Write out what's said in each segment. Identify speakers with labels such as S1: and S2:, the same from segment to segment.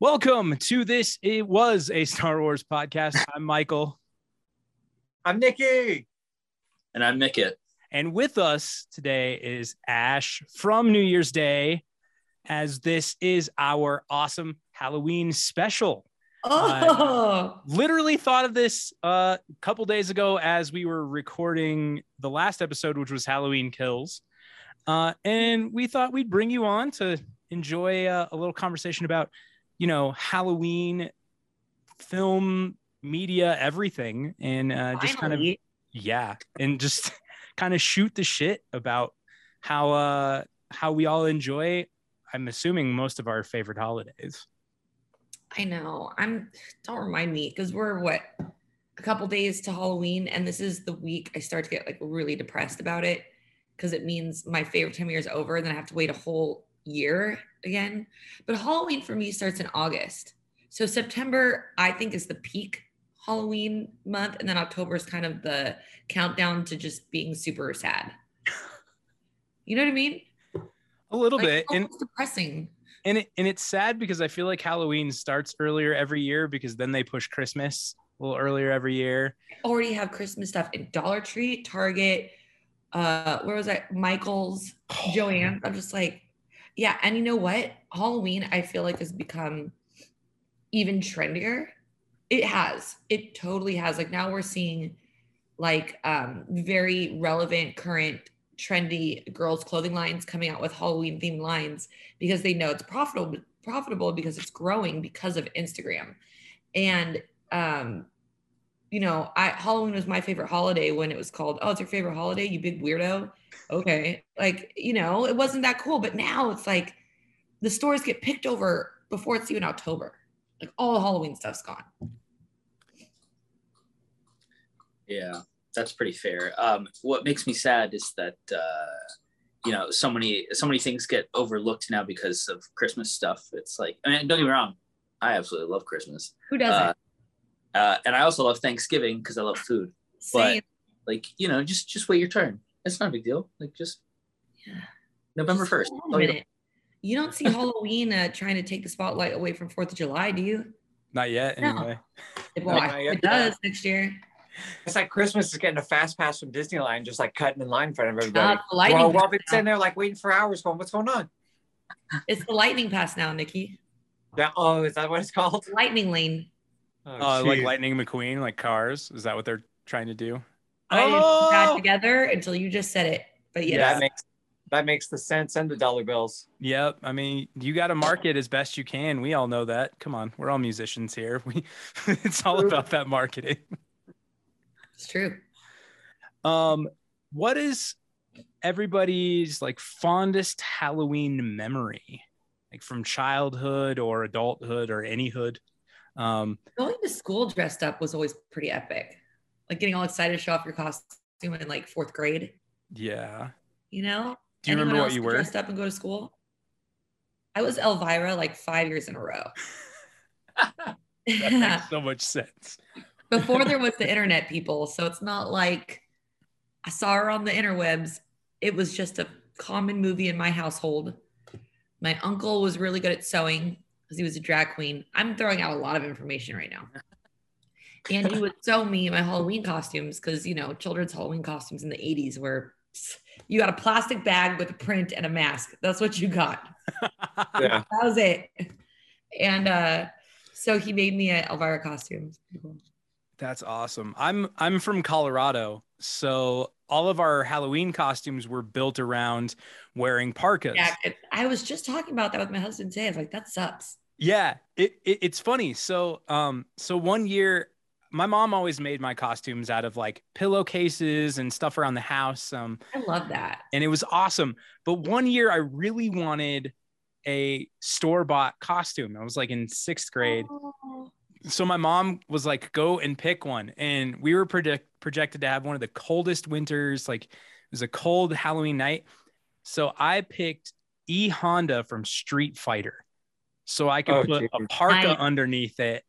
S1: Welcome to this. It was a Star Wars podcast. I'm Michael,
S2: I'm Nikki.
S3: and I make it.
S1: and with us today is Ash from New Year's Day, as this is our awesome Halloween special.
S4: Oh,
S1: Literally thought of this uh, a couple days ago as we were recording the last episode, which was Halloween Kills, uh, and we thought we'd bring you on to enjoy uh, a little conversation about, you know, Halloween film media everything and uh, just kind of
S4: finally.
S1: yeah and just kind of shoot the shit about how uh how we all enjoy i'm assuming most of our favorite holidays
S4: I know. I'm. Don't remind me because we're what a couple days to Halloween, and this is the week I start to get like really depressed about it because it means my favorite time of year is over, and then I have to wait a whole year again. But Halloween for me starts in August, so September I think is the peak Halloween month, and then October is kind of the countdown to just being super sad. You know what I mean?
S1: a little
S4: Like, oh.
S1: bit
S4: it's
S1: and
S4: almost depressing.
S1: and, it, and it's sad because i feel like halloween starts earlier every year because then they push christmas a little earlier every year
S4: already have Christmas stuff in Dollar Tree, Target, uh, where was I? Michael's, Joanne. I'm just like, yeah. And you know what? Halloween, I feel like has become even trendier. It has. It totally has. Like now we're seeing like um very relevant current trendy girls clothing lines coming out with Halloween themed lines because they know it's profitable profitable because it's growing because of Instagram. And um you know, I Halloween was my favorite holiday when it was called, oh, it's your favorite holiday, you big weirdo. Okay. Like, you know, it wasn't that cool. But now it's like the stores get picked over before it's even October. Like all the Halloween stuff's gone.
S3: Yeah, that's pretty fair. Um, what makes me sad is that uh, you know so many so many things get overlooked now because of Christmas stuff. It's like I mean, don't get me wrong, I absolutely love Christmas,
S4: Who doesn't?
S3: Uh, uh, and I also love Thanksgiving because I love food.
S4: Same.
S3: Like you know, just just wait your turn. It's not a big deal. Like just
S4: Yeah.
S3: November
S4: Just
S3: first.
S2: Oh,
S3: Oh,
S4: hold on a minute. You don't see Halloween uh, trying to take the spotlight away from Fourth of July, do you?
S1: not yet
S4: No.
S1: anyway
S4: Well, I
S2: yeah,
S4: hope
S2: yeah.
S4: it does next year.
S2: It's like Christmas is getting a fast pass from Disneyland, just like cutting in line in front of
S4: Uh,
S2: everybody.
S4: the lightning
S2: well,
S4: pass
S2: Robin's
S4: now.
S2: sitting there like waiting for hours, going, "What's going on?"
S4: It's the lightning pass now, Nikki.
S2: That, oh, is that what it's called?
S4: Lightning lane. Oh,
S1: uh, like
S2: shoot.
S1: lightning mcqueen like cars is that what they're trying to do
S4: I didn't put that
S2: Oh!
S4: together until you just said it. But
S2: yeah,
S4: yes.
S2: that makes that makes the sense and the dollar bills.
S1: Yep. I mean, you got to market as best you can. We all know that. Come on, we're all musicians here. We, it's all about that marketing.
S4: it's true.
S1: Um, what is everybody's like fondest Halloween memory, like from childhood or adulthood or anyhood? Um,
S4: Going to school dressed up was always pretty epic. like getting all excited to show off your costume in like fourth grade.
S1: Yeah.
S4: You know?
S1: Do you remember
S4: Anyone
S1: what
S4: else
S1: you were?
S4: dressed up and go to school? I was Elvira like five years in a row.
S1: That makes so much sense.
S4: Before there was the internet, people, so it's not like I saw her on the interwebs. It was just a common movie in my household. My uncle was really good at sewing because he was a drag queen. I'm throwing out a lot of information right now. And he would sew me my Halloween costumes because, you know, children's Halloween costumes in the 80s were pss, you got a plastic bag with a print and a mask. That's what you got.
S2: Yeah.
S4: That was it. And uh, so he made me an Elvira costume.
S1: That's awesome. I'm I'm from Colorado, so all of our Halloween costumes were built around wearing parkas.
S4: Yeah, I was just talking about that with my husband today. I was like, that sucks.
S1: Yeah, it, it it's funny. So um so one year my mom always made my costumes out of like pillowcases and stuff around the house. Um
S4: I love that.
S1: and it was awesome. But one year I really wanted a store-bought costume. I was like in 6th grade.
S4: Oh,
S1: So my mom was like go and pick one and we were predict- projected to have one of the coldest winters like it was a cold Halloween night. So I picked E Honda from Street Fighter. So I could
S2: Oh,
S1: put a
S2: geez.
S1: parka
S4: Nice.
S1: underneath it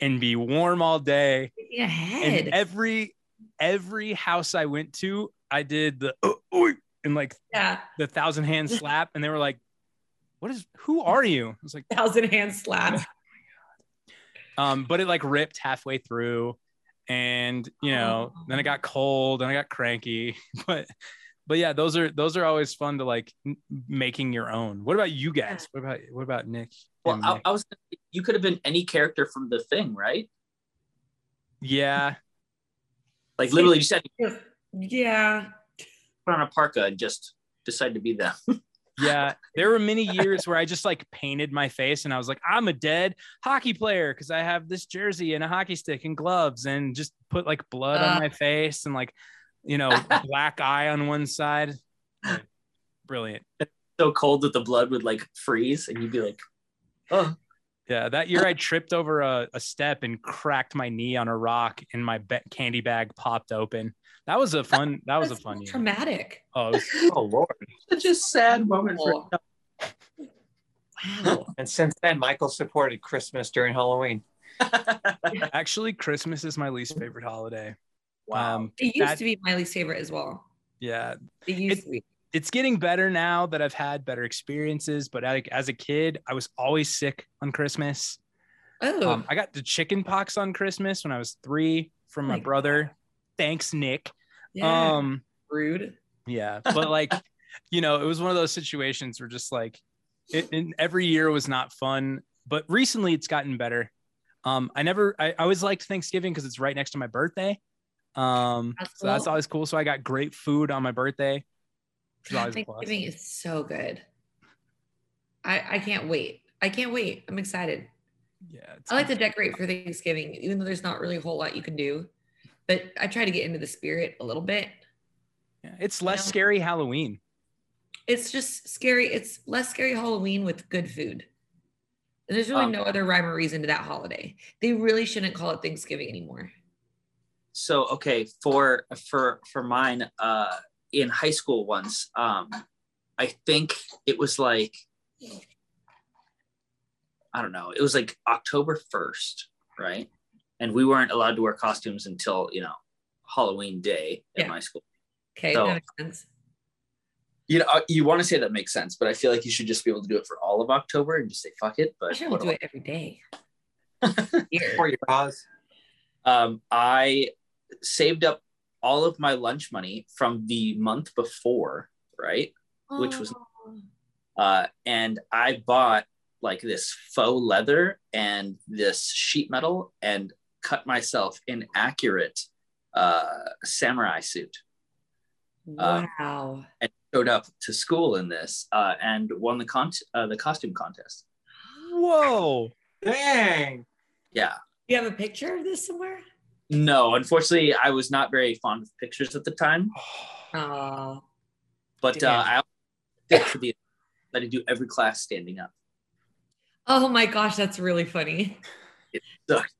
S1: and be warm all day.
S4: thinking ahead.
S1: And every every house I went to, I did the "Oh, oi," and like
S4: yeah,
S1: the thousand hand slap, and they were like, "What is? Who are you?" I was like,
S4: thousand hand slap.
S1: um, but it like ripped halfway through, and you know, then it got cold and I got cranky, but. But yeah, those are those are always fun to like n- making your own. What about you guys? What about what about Nick?
S3: Well,
S1: and
S3: I,
S1: Nick?
S3: I was. You could have been any character from the thing, right?
S1: yeah,
S3: Like literally, you said
S4: Yeah.
S3: put on a parka and just decided to be them.
S1: yeah. There were many years where I just like painted my face and I was like, I'm a dead hockey player because I have this jersey and a hockey stick and gloves and just put like blood on
S4: Uh.
S1: my face and like, you know, black eye on one side. Like, Brilliant.
S3: So cold that the blood would like freeze, and you'd be like, "Oh,
S1: Yeah. That year I tripped over a, a step and cracked my knee on a rock and my ba- candy bag popped open. That was a fun, that was a
S4: That's
S1: fun year.
S4: Traumatic.
S1: Oh, it was
S2: Oh Lord.
S3: such a sad moment." For-
S4: Cool. Wow.
S2: And since then, Michael supported Christmas during Halloween.
S1: actually Christmas is my least favorite holiday.
S3: wow.
S1: Um,
S4: It used
S1: That-
S4: to be my least favorite as well.
S1: yeah.
S4: It used
S1: It-
S4: to be.
S1: it's getting better now that I've had better experiences. But like as a kid, I was always sick on Christmas.
S4: Oh,
S1: Um, I got the chicken pox on Christmas when I was three from
S4: Oh
S1: my
S4: my
S1: brother. Thanks, Nick.
S4: yeah.
S1: Um,
S4: rude.
S1: yeah, but like, you know, it was one of those situations where just like, it, and every year was not fun. But recently, it's gotten better. Um, I never, I, I always liked Thanksgiving because it's right next to my birthday. Um,
S4: That's
S1: so that's
S4: cool.
S1: always cool. So I got great food on my birthday. which is always a plus.
S4: Thanksgiving is so good. I, I can't wait. I can't wait. I'm excited.
S1: Yeah, it's
S4: I like to decorate for Thanksgiving, even though there's not really a whole lot you can do. But I try to get into the spirit a little bit.
S1: Yeah, it's less
S4: know?
S1: scary Halloween.
S4: It's just scary. It's less scary Halloween with good food. And there's really
S3: Um,
S4: no other rhyme or reason to that holiday. They really shouldn't call it Thanksgiving anymore.
S3: so okay for for for mine uh in high school once um i think it was like i don't know it was like october 1st right and we weren't allowed to wear costumes until you know halloween day in
S4: Yeah.
S3: my school
S4: Okay,
S3: So-
S4: that makes sense.
S3: you know I- you want to say that makes sense but i feel like you should just be able to do it for all of october and just say fuck it
S4: I
S3: but
S4: should
S3: what
S4: do
S3: do I-
S4: it every day. Here.
S2: Before your pause.
S3: um, I saved up all of my lunch money from the month before, right? which was-
S4: Oh.
S3: Uh, and I bought like this faux leather and this sheet metal and cut myself an accurate uh, samurai suit. uh,
S4: wow.
S3: Showed up to school in this uh, and won the con- uh, the costume contest.
S1: Whoa.
S2: Dang.
S3: Yeah.
S4: Do you have a picture of this somewhere?
S3: No, unfortunately, I was not very fond of pictures at the time,
S4: Oh,
S3: but uh,
S1: Damn.
S3: I did to be I did do every class standing up.
S4: oh my gosh, that's really funny.
S3: sucked.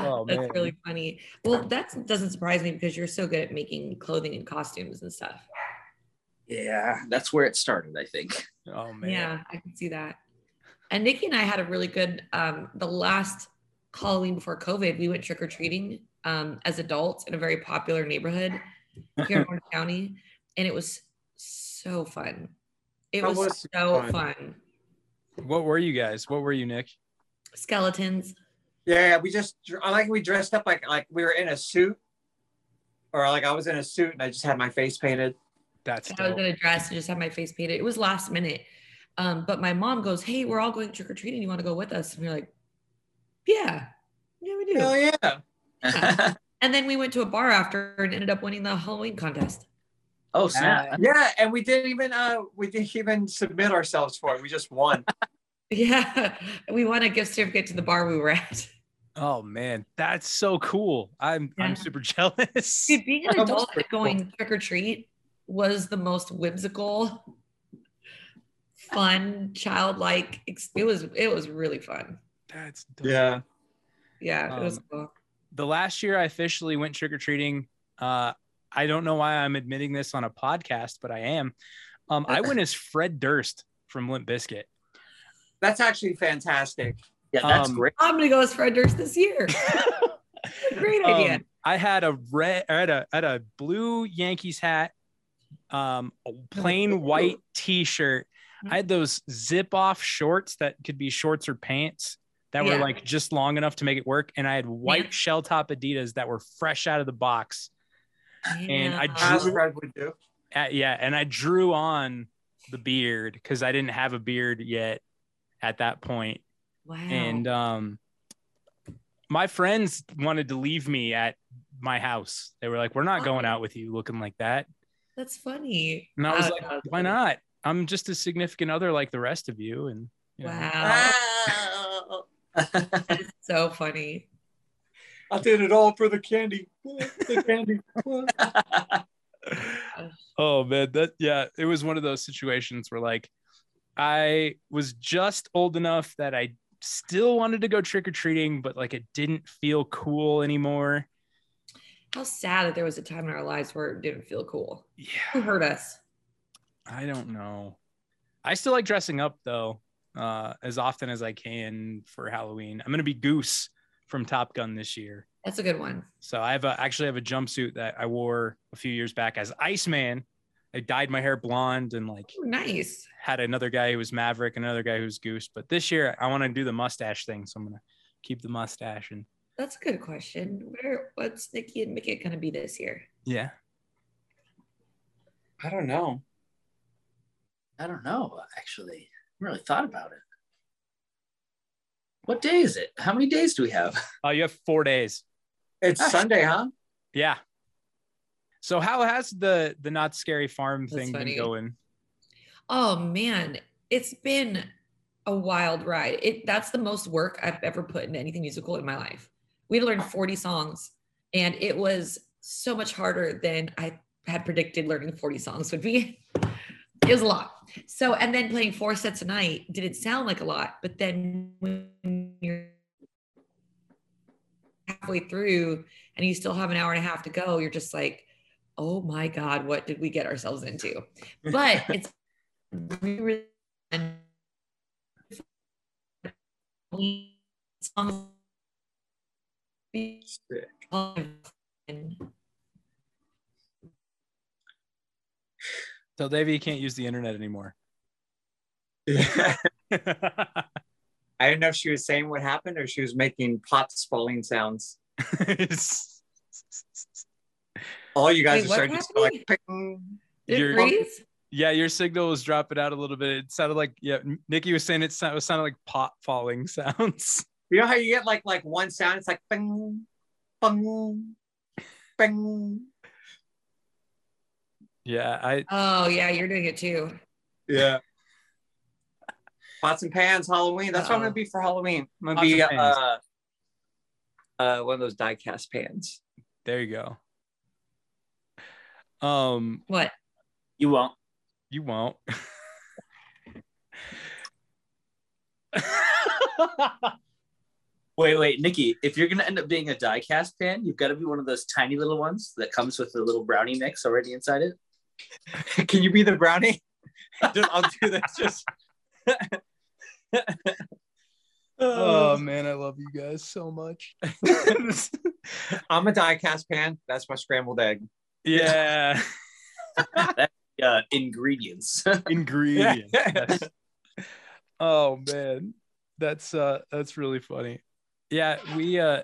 S1: Oh,
S4: that's
S1: man.
S4: really funny. Well, that doesn't surprise me because you're so good at making clothing and costumes and stuff.
S3: Yeah, that's where it started, I think.
S1: Oh man.
S4: Yeah, I can see that. And Nikki and I had a really good um the last Halloween before COVID, we went trick-or-treating um as adults in a very popular neighborhood here in Orange County. And it was so fun. It
S2: That
S4: was,
S2: was
S4: so
S2: fun.
S4: fun.
S1: What were you guys? What were you, Nick?
S4: Skeletons.
S2: Yeah, we just I like we dressed up like like we were in a suit, or like I was in a suit and I just had my face painted.
S1: That's
S4: I was
S1: dope.
S4: gonna dress and just have my face painted. It was last minute. Um, but my mom goes, Hey, we're all going trick or treating. You want to go with us? And we are like, Yeah, yeah, we do.
S2: Hell yeah!
S4: And then we went to a bar after and ended up winning the Halloween contest.
S3: oh snap!
S2: Yeah, and we didn't even uh we didn't even submit ourselves for it. We just won.
S4: Yeah, we won a gift certificate to the bar we were at.
S1: Oh man, that's so cool. I'm
S4: Yeah.
S1: I'm super jealous.
S4: Dude, being an
S2: That was
S4: adult and
S2: pretty cool.
S4: going trick or treat was the most whimsical, fun, childlike. ex- It was it was really fun.
S1: That's dope.
S2: yeah.
S4: Yeah, it was
S1: Um,
S4: cool.
S1: The last year I officially went trick or treating. Uh, I don't know why I'm admitting this on a podcast, but I am. Um, I went as Fred Durst from Limp Bizkit.
S2: That's actually fantastic.
S3: Yeah, that's
S1: Um,
S3: great.
S4: I'm gonna go as Fred Durst this year. Great idea.
S1: Um, I had a red, I had a, I had a blue Yankees hat, um, a plain white T-shirt. I had those zip-off shorts that could be shorts or pants that were
S4: Yeah.
S1: like just long enough to make it work, and I had white
S4: Yeah.
S1: shell top Adidas that were fresh out of the box. and I
S4: Yeah.
S2: As Fred would do.
S1: Uh, yeah, and I drew on the beard because I didn't have a beard yet at that point,
S4: wow.
S1: and um, my friends wanted to leave me at my house. They were like, "We're not going out with you looking like that."
S4: that's funny.
S1: And I was
S4: Wow,
S1: like,
S4: that's
S1: "Why
S4: funny.
S1: not? I'm just a significant other like the rest of you." And you know,
S4: Wow, Oh.
S3: Wow.
S4: that's so funny.
S2: I did it all for the candy. the candy.
S1: oh man, that yeah, it was one of those situations where like I was just old enough that I still wanted to go trick or treating, but like it didn't feel cool anymore.
S4: How sad that there was a time in our lives where it didn't feel cool. Who
S1: Yeah,
S4: hurt us?
S1: I don't know. I still like dressing up though, uh, as often as I can for Halloween. I'm gonna be Goose from Top Gun this year.
S4: That's a good one.
S1: So I have a, actually have a jumpsuit that I wore a few years back as Iceman. I dyed my hair blonde and like
S4: Ooh, nice.
S1: had another guy who was Maverick, another guy who's Goose. But this year I want to do the mustache thing, so I'm gonna keep the mustache and
S4: That's a good question. Where what's Nikki and Mickey gonna be this year?
S1: yeah.
S2: I don't know.
S3: I don't know. Actually, I haven't really thought about it. What day is it? How many days do we have?
S1: Oh, you have four days.
S2: It's Sunday, huh?
S1: Yeah. So how has the the not scary farm
S4: That's
S1: thing
S4: funny.
S1: been going?
S4: Oh man, it's been a wild ride. It that's the most work I've ever put into anything musical in my life. We had learned 40 songs, and it was so much harder than I had predicted learning 40 songs would be. It was a lot. So, and then playing four sets a night didn't sound like a lot, but then when you're halfway through and you still have an hour and a half to go, you're just like, oh my God, what did we get ourselves into? But it's really, really fun. We- songs-
S1: Tell Davey you can't use the internet anymore.
S2: Yeah.
S1: Is
S2: I didn't know if she was saying what happened or she was making pots falling sounds. All you guys
S4: Wait,
S2: are
S4: what
S2: starting to sound like ping.
S4: Did
S1: You're-
S4: it freeze?
S1: Yeah, your signal was dropping out a little bit. It sounded like yeah, N- Nikki was saying it sounded, it sounded like pot falling sounds.
S2: You know how you get like like one sound? It's like ping, ping, ping.
S1: Yeah, I
S4: Oh yeah, you're doing it too.
S2: Yeah. Pots and pans, Halloween. That's what I'm
S4: Uh-oh.
S2: gonna be for Halloween. I'm gonna
S1: Pots
S2: be
S1: and pans.
S2: uh, uh, one of those diecast pans.
S1: there you go. Um,
S4: What?
S3: You won't.
S1: you won't.
S3: Wait, wait, Nikki, if you're gonna end up being a diecast fan, you've got to be one of those tiny little ones that comes with the little brownie mix already inside it.
S2: Can you be the brownie? Just- I'll do this. Just
S1: Oh man, I love you guys so much.
S2: I'm a diecast pan. That's my scrambled egg.
S1: yeah.
S3: Uh, ingredients.
S1: Ingredients. Yes. oh man. That's uh that's really funny. Yeah, we uh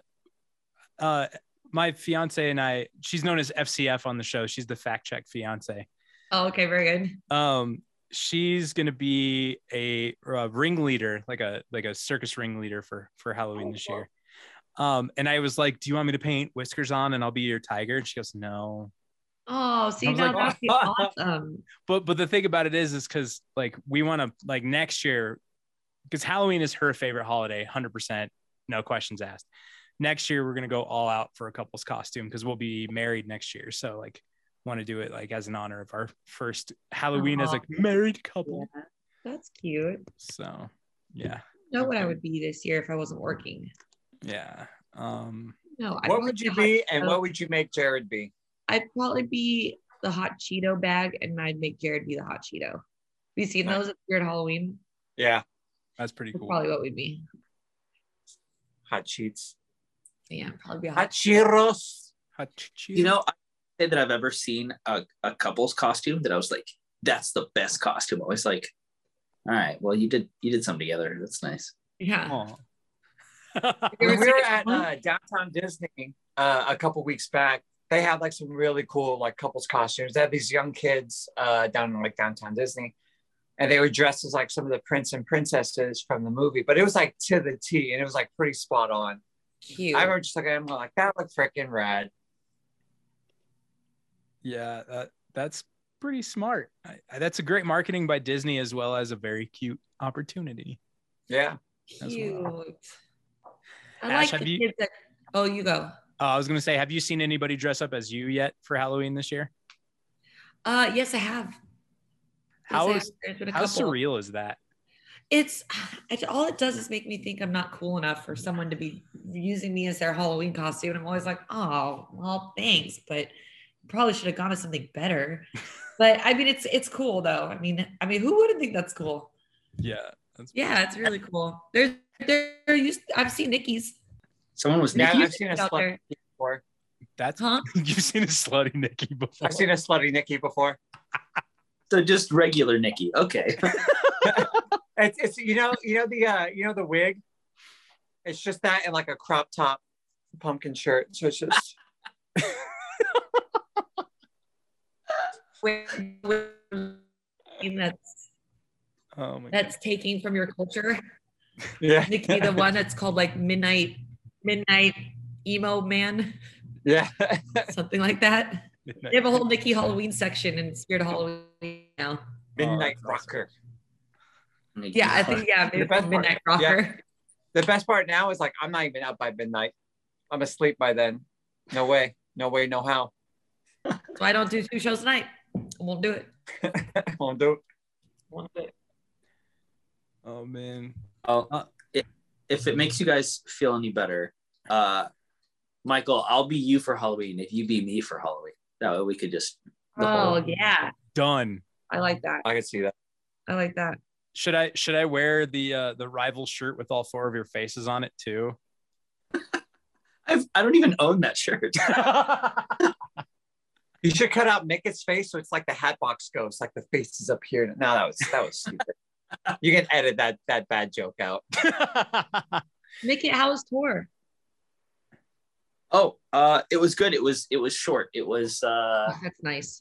S1: uh my fiance and I, she's known as FCF on the show. She's the fact check fiance.
S4: Oh, okay, very good.
S1: um she's gonna be a, a ringleader like a like a circus ringleader for for halloween this year um and i was like do you want me to paint whiskers on and i'll be your tiger and she goes no
S4: Oh, see
S1: I was
S4: now
S1: like,
S4: that'd be awesome.
S1: but but the thing about it is is because like we want to like next year because halloween is her favorite holiday 100% no questions asked next year we're gonna go all out for a couple's costume because we'll be married next year so like want to do it like as an honor of our first halloween as
S4: Aw.
S1: a married couple
S4: Yeah, that's cute.
S1: so yeah
S4: Know what I would be this year if I wasn't working?
S1: Yeah. Um
S4: No, I'd
S2: What
S4: probably
S2: would you
S4: hot-
S2: be, and what would you make Jared be?
S4: I'd probably be the hot Cheeto bag, and I'd make Jared be the hot Cheeto. Have you seen
S2: Nice.
S4: those at Weird Halloween?
S2: Yeah,
S1: that's pretty
S4: That's
S1: cool.
S4: probably what we'd be.
S2: hot cheats,
S4: Yeah, probably be a
S2: hot
S4: hot.
S2: churros.
S1: Hachichi.
S3: you know, I say that I've ever seen a, a couple's costume that I was like, that's the best costume. I was like, all right, well, you did you did some together. That's nice.
S4: Yeah.
S1: Aw.
S4: You ever
S2: When we
S4: seen
S2: were
S4: it?
S2: at uh, downtown Disney uh, a couple weeks back, they had like some really cool like couples costumes. They had these young kids uh, down in like downtown Disney, and they were dressed as like some of the prince and princesses from the movie. But it was like to the T, and it was like pretty spot on.
S4: cute.
S2: I remember just looking at them like that looked freaking rad.
S1: yeah, that, that's pretty smart. I, I- that's a great marketing by Disney as well as a very cute opportunity.
S2: Yeah,
S1: as
S4: cute.
S1: well.
S4: I
S1: Ash,
S4: like
S1: have
S4: the
S1: you-
S4: kids that. Oh, you go.
S1: Uh, I was going to say, have you seen anybody dress up as you yet for Halloween this year?
S4: Uh, yes, I have. Yes,
S1: How
S4: I have.
S1: is-
S4: There's been a
S1: How
S4: couple.
S1: surreal is that?
S4: It's it's all it does is make me think I'm not cool enough for someone to be using me as their Halloween costume. And I'm always like, oh, well, thanks, but you probably should have gone to something better. But I mean, it's it's cool though. I mean, I mean, who wouldn't think that's cool?
S1: Yeah. That's
S4: Yeah, it's really cool. There's there used I've seen Nikki's
S3: Someone was
S2: yeah.
S3: Nikki.
S2: I've seen a
S4: out
S2: slutty
S4: there,
S2: before.
S1: that's
S4: huh?
S1: you've seen a slutty Nikki before.
S2: I've seen a slutty Nikki before.
S3: So just regular Nikki. Okay.
S2: It's, it's you know you know the uh, you know the wig. It's just that and like a crop top, pumpkin shirt. So it's just.
S4: Wait, wait, that's
S1: oh my god.
S4: that's taking from your culture.
S2: Yeah.
S4: Nikki, the one that's called like midnight midnight emo man,
S2: Yeah.
S4: something like that. They have a whole Nikki Halloween section in Spirit Halloween now.
S2: Midnight
S1: Oh, that's awesome.
S2: Rocker.
S3: Nikki.
S4: Yeah, I think yeah, maybe
S2: The best
S4: Midnight
S2: part, yeah.
S4: Rocker.
S2: The best part now is like I'm not even out by midnight. I'm asleep by then. No way. No way. No how.
S4: So I don't do two shows tonight. I won't do it.
S2: Won't do. it.
S4: Won't do it.
S1: Oh man.
S3: Well,
S1: Uh,
S3: if, if it makes you guys feel any better, uh, Michael, I'll be you for Halloween if you be me for Halloween. That way we could just. the whole-
S4: Oh yeah,
S1: Done.
S4: I like that.
S2: I can see that.
S4: I like that.
S1: Should I should I wear the uh the rival shirt with all four of your faces on it too?
S3: I've, I don't even own that shirt.
S2: You should cut out Mickey's face so it's like the Hatbox Ghost, like the face is up here. No, that was that was stupid. you can edit that that bad joke out.
S4: Mickey House tour.
S3: Oh, uh, it was good. It was it was short. It was uh,
S4: Oh, that's nice.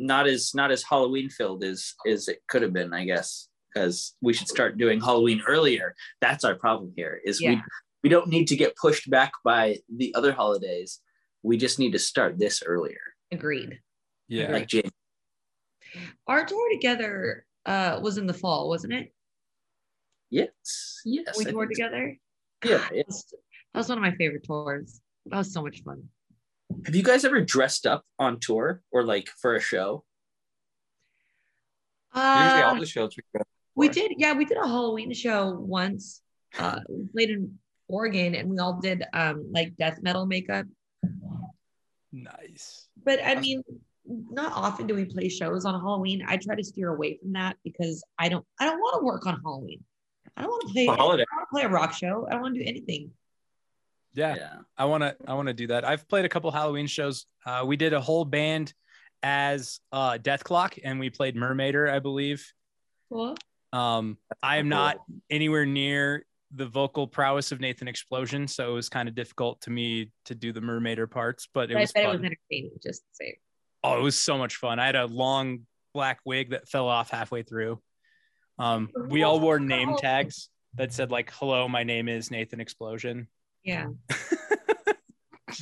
S3: not as not as Halloween filled as as it could have been, I guess, because we should start doing Halloween earlier. That's our problem here. Is we
S4: Yeah.
S3: we don't need to get pushed back by the other holidays. We just need to start this earlier,
S4: Agreed.
S1: yeah.
S3: like January.
S4: Our tour together uh was in the fall, wasn't it?
S3: Yes, yes.
S4: we
S3: I
S4: toured
S3: think
S4: together.
S3: so. Yeah, yeah.
S4: That was, that was one of my favorite tours. That was so much fun.
S3: Have you guys ever dressed up on tour or like for a show?
S2: Usually
S4: Uh,
S2: all the shows we go.
S4: We
S2: for.
S4: did, yeah, we did a Halloween show once. Uh, we played in Oregon and we all did um like death metal makeup.
S1: Nice.
S4: But I mean, not often do we play shows on Halloween. I try to steer away from that because I don't I don't want to work on Halloween. I don't want to play I
S2: For
S4: don't want
S2: holiday.
S4: to play a rock show. I don't want to do anything.
S1: Yeah,
S3: yeah.
S1: I want to. I want to do that. I've played a couple Halloween shows. Uh, we did a whole band as uh, Death Clock, and we played Mermaider, I believe.
S4: Cool.
S1: Um, I am not anywhere near the vocal prowess of Nathan Explosion, so it was kind of difficult to me to do the Mermaider parts, but it
S4: But I
S1: was
S4: bet it
S1: fun.
S4: was entertaining, just the same.
S1: oh, it was so much fun. I had a long black wig that fell off halfway through. Um, we all wore name tags that said like, "Hello, my name is Nathan Explosion."
S4: Yeah.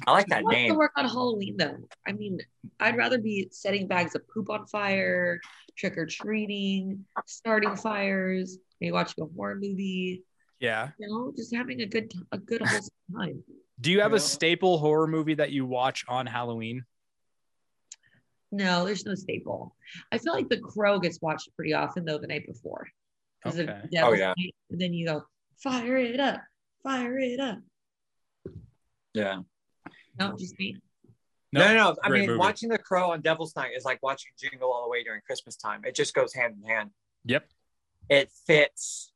S2: I like that
S4: Who wants to
S2: name.
S4: work on Halloween though? I mean, I'd rather be setting bags of poop on fire, trick or treating, starting fires, maybe watching a horror movie.
S1: Yeah.
S4: You know, just having a good a good wholesome time.
S1: Do you have
S2: Yeah.
S1: a staple horror movie that you watch on Halloween?
S4: No, there's no staple. I feel like the crow gets watched pretty often though the night before. 'Cause of
S1: Okay.
S4: Devil's
S2: Oh, yeah.
S4: Night, and then you go, fire it up, fire it up.
S2: Yeah.
S4: No, just me.
S2: No, no, no. I
S1: great
S2: mean,
S1: movie.
S2: watching The Crow on Devil's Night is like watching Jingle All the Way during Christmas time. It just goes hand in hand.
S1: Yep.
S2: It fits.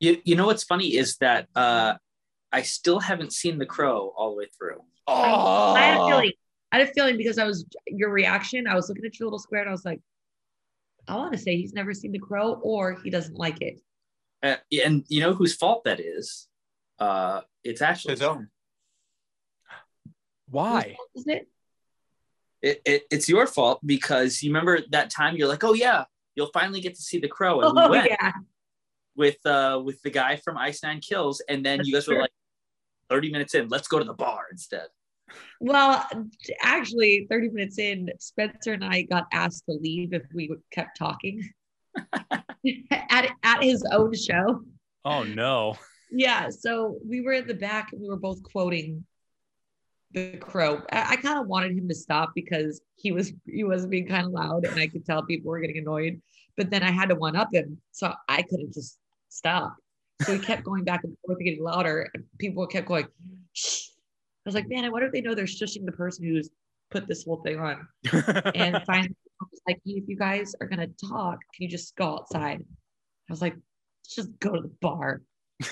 S3: You you know what's funny is that uh, I still haven't seen The Crow all the way through.
S1: Oh,
S4: I had a feeling. I had a feeling because I was your reaction. I was looking at your little square and I was like, I want to say he's never seen the crow or he doesn't like it.
S3: Uh, and you know whose fault that is? Uh, it's Ashley.
S2: His own.
S1: Why?
S4: Is it?
S3: It, it, it's your fault because you remember that time you're like, oh yeah, you'll finally get to see The Crow, and
S4: Oh,
S3: we went
S4: yeah.
S3: with uh, with the guy from Ice Nine Kills, and then you guys
S4: That's
S3: were
S4: true.
S3: like, thirty minutes in, let's go to the bar instead.
S4: Well, actually, 30 minutes in, Spencer and I got asked to leave if we kept talking at, at his own show.
S1: Oh no.
S4: Yeah. So we were in the back and we were both quoting the crow. I, I kind of wanted him to stop because he was he was being kind of loud and I could tell people were getting annoyed. But then I had to one up him. So I couldn't just stop. So we kept going back and forth and getting louder. And people kept going, shh. I was like, man, I wonder if they know they're shushing the person who's put this whole thing on. And finally, I was like, if you guys are gonna talk, can you just go outside? I was like, let's just go to the bar. but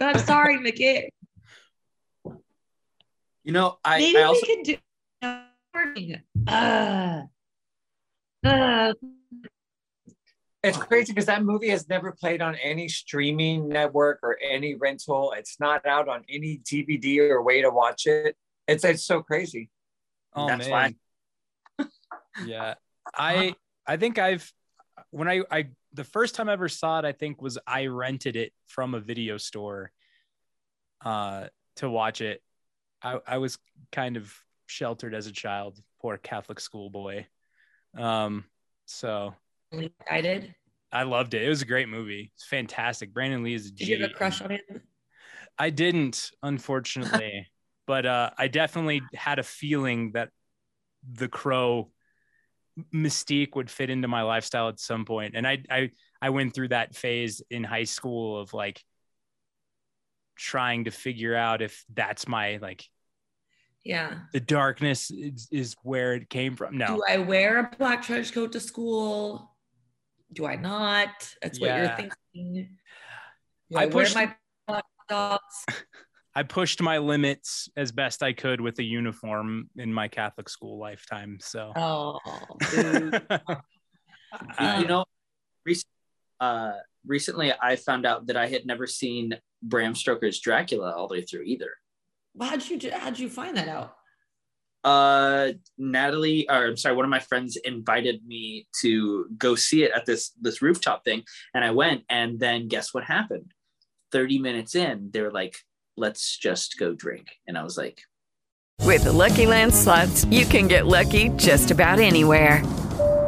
S4: I'm sorry, McKit.
S3: You know, I,
S4: Maybe
S3: I also
S4: we could do morning. Uh, uh,
S2: It's crazy because that movie has never played on any streaming network or any rental. It's not out on any DVD or way to watch it. It's it's so crazy.
S1: oh
S3: That's
S1: man.
S3: why.
S1: yeah.
S2: Uh-huh.
S1: I I think I've when I I the first time I ever saw it I think was I rented it from a video store uh to watch it. I I was kind of sheltered as a child, poor Catholic schoolboy. Um so
S4: I did.
S1: I loved it. It was a great movie. It's fantastic. Brandon Lee is a
S4: Did you have a
S1: G.
S4: crush on him?
S1: I didn't, unfortunately, but uh, I definitely had a feeling that the crow mystique would fit into my lifestyle at some point. And I, I, I went through that phase in high school of like trying to figure out if that's my like
S4: Yeah.
S1: the darkness is, is where it came from. No,
S4: Do I wear a black trench coat to school? Do I not? That's what
S1: Yeah.
S4: you're thinking. Do
S1: I
S4: I,
S1: pushed-
S4: wear my black socks.
S1: I pushed my limits as best I could with a uniform in my Catholic school lifetime. So,
S4: Oh, boo.
S1: I,
S3: you, you know, recent, uh, recently I found out that I had never seen Bram Stoker's Dracula all the way through either.
S4: how'd you do- how'd you find that out?
S3: Uh, Natalie, or I'm sorry, one of my friends invited me to go see it at this this rooftop thing, and I went. And then guess what happened? Thirty minutes in, they were like, "Let's just go drink," and I was like,
S5: With the Lucky Land slots, you can get lucky just about anywhere.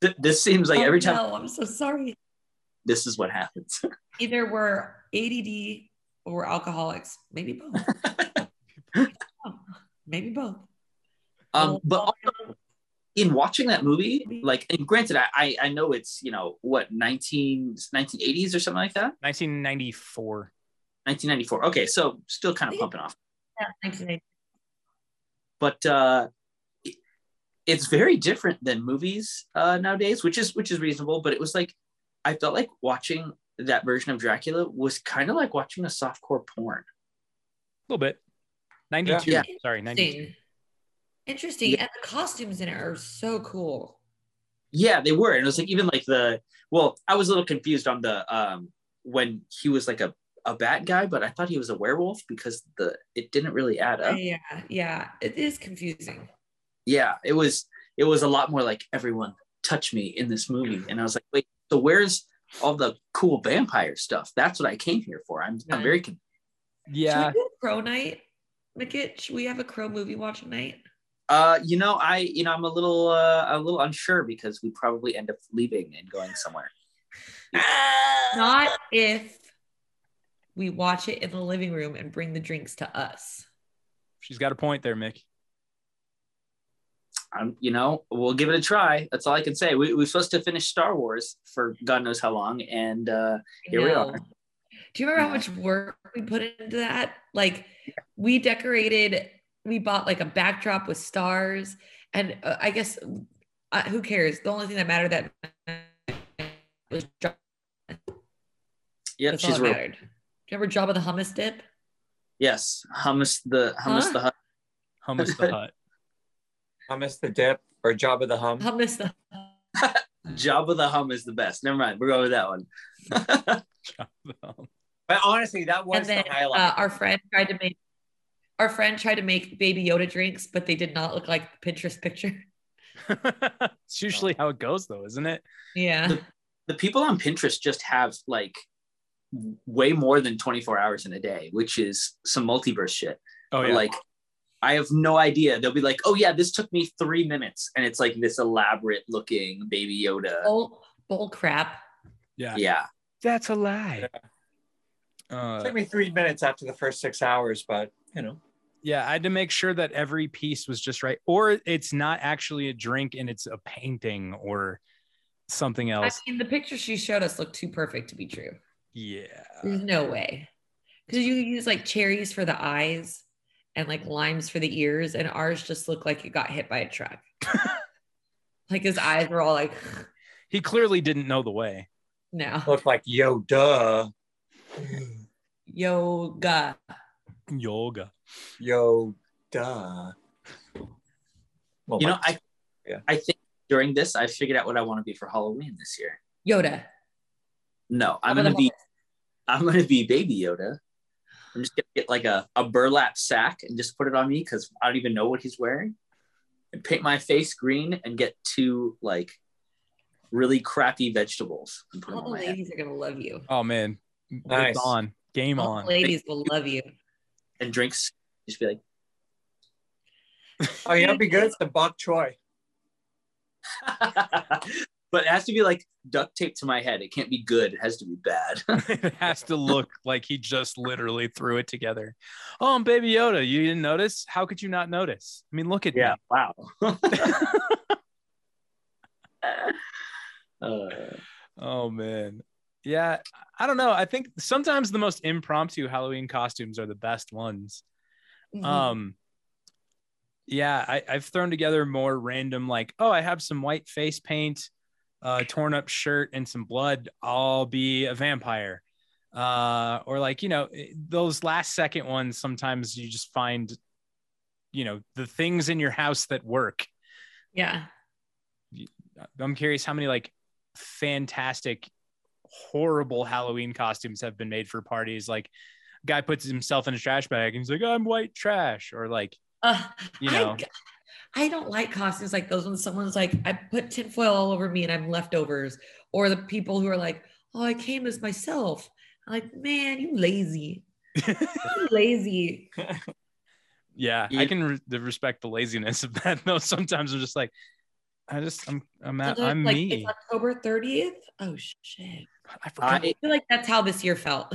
S3: This, this seems like
S4: Oh,
S3: every time
S4: No, I'm so sorry.
S3: this is what happens.
S4: Either we're ADD or we're alcoholics. Maybe both. Maybe both.
S3: Um, but also, in watching that movie, like, and granted, I- I I know it's you know what 19 1980s or something like that,
S1: 1994.
S3: 1994. Okay, so still kind of pumping off,
S4: Yeah, 1980.
S3: but uh, it- it's very different than movies uh, nowadays, which is which is reasonable. But it was like I felt like watching that version of Dracula was kind of like watching a softcore porn.
S1: A little bit. 92.
S3: Yeah.
S1: Sorry, 92.
S4: Interesting. Interesting.
S3: Yeah.
S4: And the costumes in it are so cool.
S3: Yeah, they were, and it was like even like the well, I was a little confused on the um when he was like a a bat guy, but I thought he was a werewolf because the it didn't really add up.
S4: Yeah, yeah. It is confusing.
S3: yeah it was it was a lot more like everyone touch me in this movie and i was like wait so where's all the cool vampire stuff that's what i came here for i'm, I'm very con-
S1: Yeah.
S4: Should we do a crow night? Mickett, should we have a crow movie watching night?
S3: uh you know i you know i'm a little uh, a little unsure because we probably end up leaving and going somewhere
S4: Not if we watch it in the living room and bring the drinks to us.
S1: She's got a point there, Mick.
S3: i'm you know we'll give it a try that's all i can say we, we're supposed to finish star wars for god knows how long and uh Here we
S4: No.
S3: are.
S4: Do you remember how
S3: Yeah.
S4: much work we put into that? Like, we decorated, we bought like a backdrop with stars. And uh, I guess, uh, who cares? The only thing that mattered that was Jabba.
S3: yep
S4: That's all
S3: she's
S4: that
S3: real.
S4: mattered. Do you remember Jabba the hummus dip?
S3: yes hummus the hummus
S4: Huh?
S3: the hut
S1: Hummus the Hut.
S2: Hummus the dip or Job of the Hum.
S4: Hummus the
S3: job of the hum is the best never mind we're going with that one
S2: But honestly, that was
S4: and then
S2: the highlight.
S4: uh, our friend tried to make our friend tried to make baby yoda drinks but they did not look like the pinterest picture
S1: it's usually how it goes, though, isn't it?
S4: yeah
S3: The- the people on Pinterest just have like way more than 24 hours in a day, which is some multiverse shit.
S1: Oh,
S3: But,
S1: yeah.
S3: Like, I have no idea. They'll be like, oh, yeah, this took me three minutes. And it's like this elaborate looking baby Yoda.
S4: bull, bull crap
S1: yeah.
S3: Yeah.
S1: That's a lie.
S2: it
S1: Uh,
S2: took me three minutes after the first six hours, but you know.
S1: yeah, I had to make sure that every piece was just right, or it's not actually a drink and it's a painting or something
S4: i
S1: else.
S4: mean the picture she showed us looked too perfect to be true
S1: Yeah.
S4: there's no way because you use like cherries for the eyes and like limes for the ears and ours just looked like it got hit by a truck like his eyes were all like
S1: He clearly didn't know the way.
S4: no
S2: Looked like yo duh.
S4: yoga
S1: Yoga.
S2: Yo duh.
S1: Oh
S2: Well,
S3: You know, I,
S2: Yeah.
S3: I think during this, I figured out what I want to be for Halloween this year.
S4: yoda
S3: No, I'm
S4: Yoda
S3: going to be, I'm going to be baby Yoda. I'm just going to get like a, a burlap sack and just put it on me because I don't even know what he's wearing. And paint my face green and get two like really crappy vegetables and put them
S4: all the
S3: on Oh my head.
S4: ladies are gonna love you
S1: Oh, man.
S2: Nice.
S1: It's on. Game
S4: all
S1: on.
S4: the ladies will love you
S3: And drinks, just be like,
S2: oh, you know, it'd be good. It's the bok choy.
S3: but it has to be like duct tape to my head. It can't be good. It has to be bad.
S1: it has to look like he just literally threw it together. Oh, and Baby Yoda, you didn't notice? How could you not notice? I mean, look at
S3: yeah.
S1: me.
S3: Wow. Uh,
S1: Oh man. Yeah, I don't know. I think sometimes the most impromptu Halloween costumes are the best ones.
S5: Mm-hmm.
S4: Mhm.
S1: Um yeah, I, I've thrown together more random, like, oh, I have some white face paint. uh, torn up shirt and some blood, I'll be a vampire. Uh, or like, you know, those last second ones, sometimes you just find, you know, the things in your house that work.
S4: Yeah.
S1: I'm curious how many like fantastic, horrible Halloween costumes have been made for parties. Like, guy puts himself in a trash bag and he's like, "I'm white trash," or like,
S4: Uh,
S1: you know,
S4: I, I don't like costumes like those when someone's like, I put tinfoil all over me and I'm leftovers. Or the people who are like, oh, I came as myself. I'm like, man, you lazy. you lazy.
S1: yeah, I
S3: Yeah.
S1: can re- the- respect the laziness of that. Though sometimes I'm just like, I just I'm I'm at,
S4: Sometimes,
S1: I'm
S4: like,
S1: me.
S4: It's October 30th. Oh, shit.
S1: I forgot.
S3: I,
S4: I feel like that's how this year felt.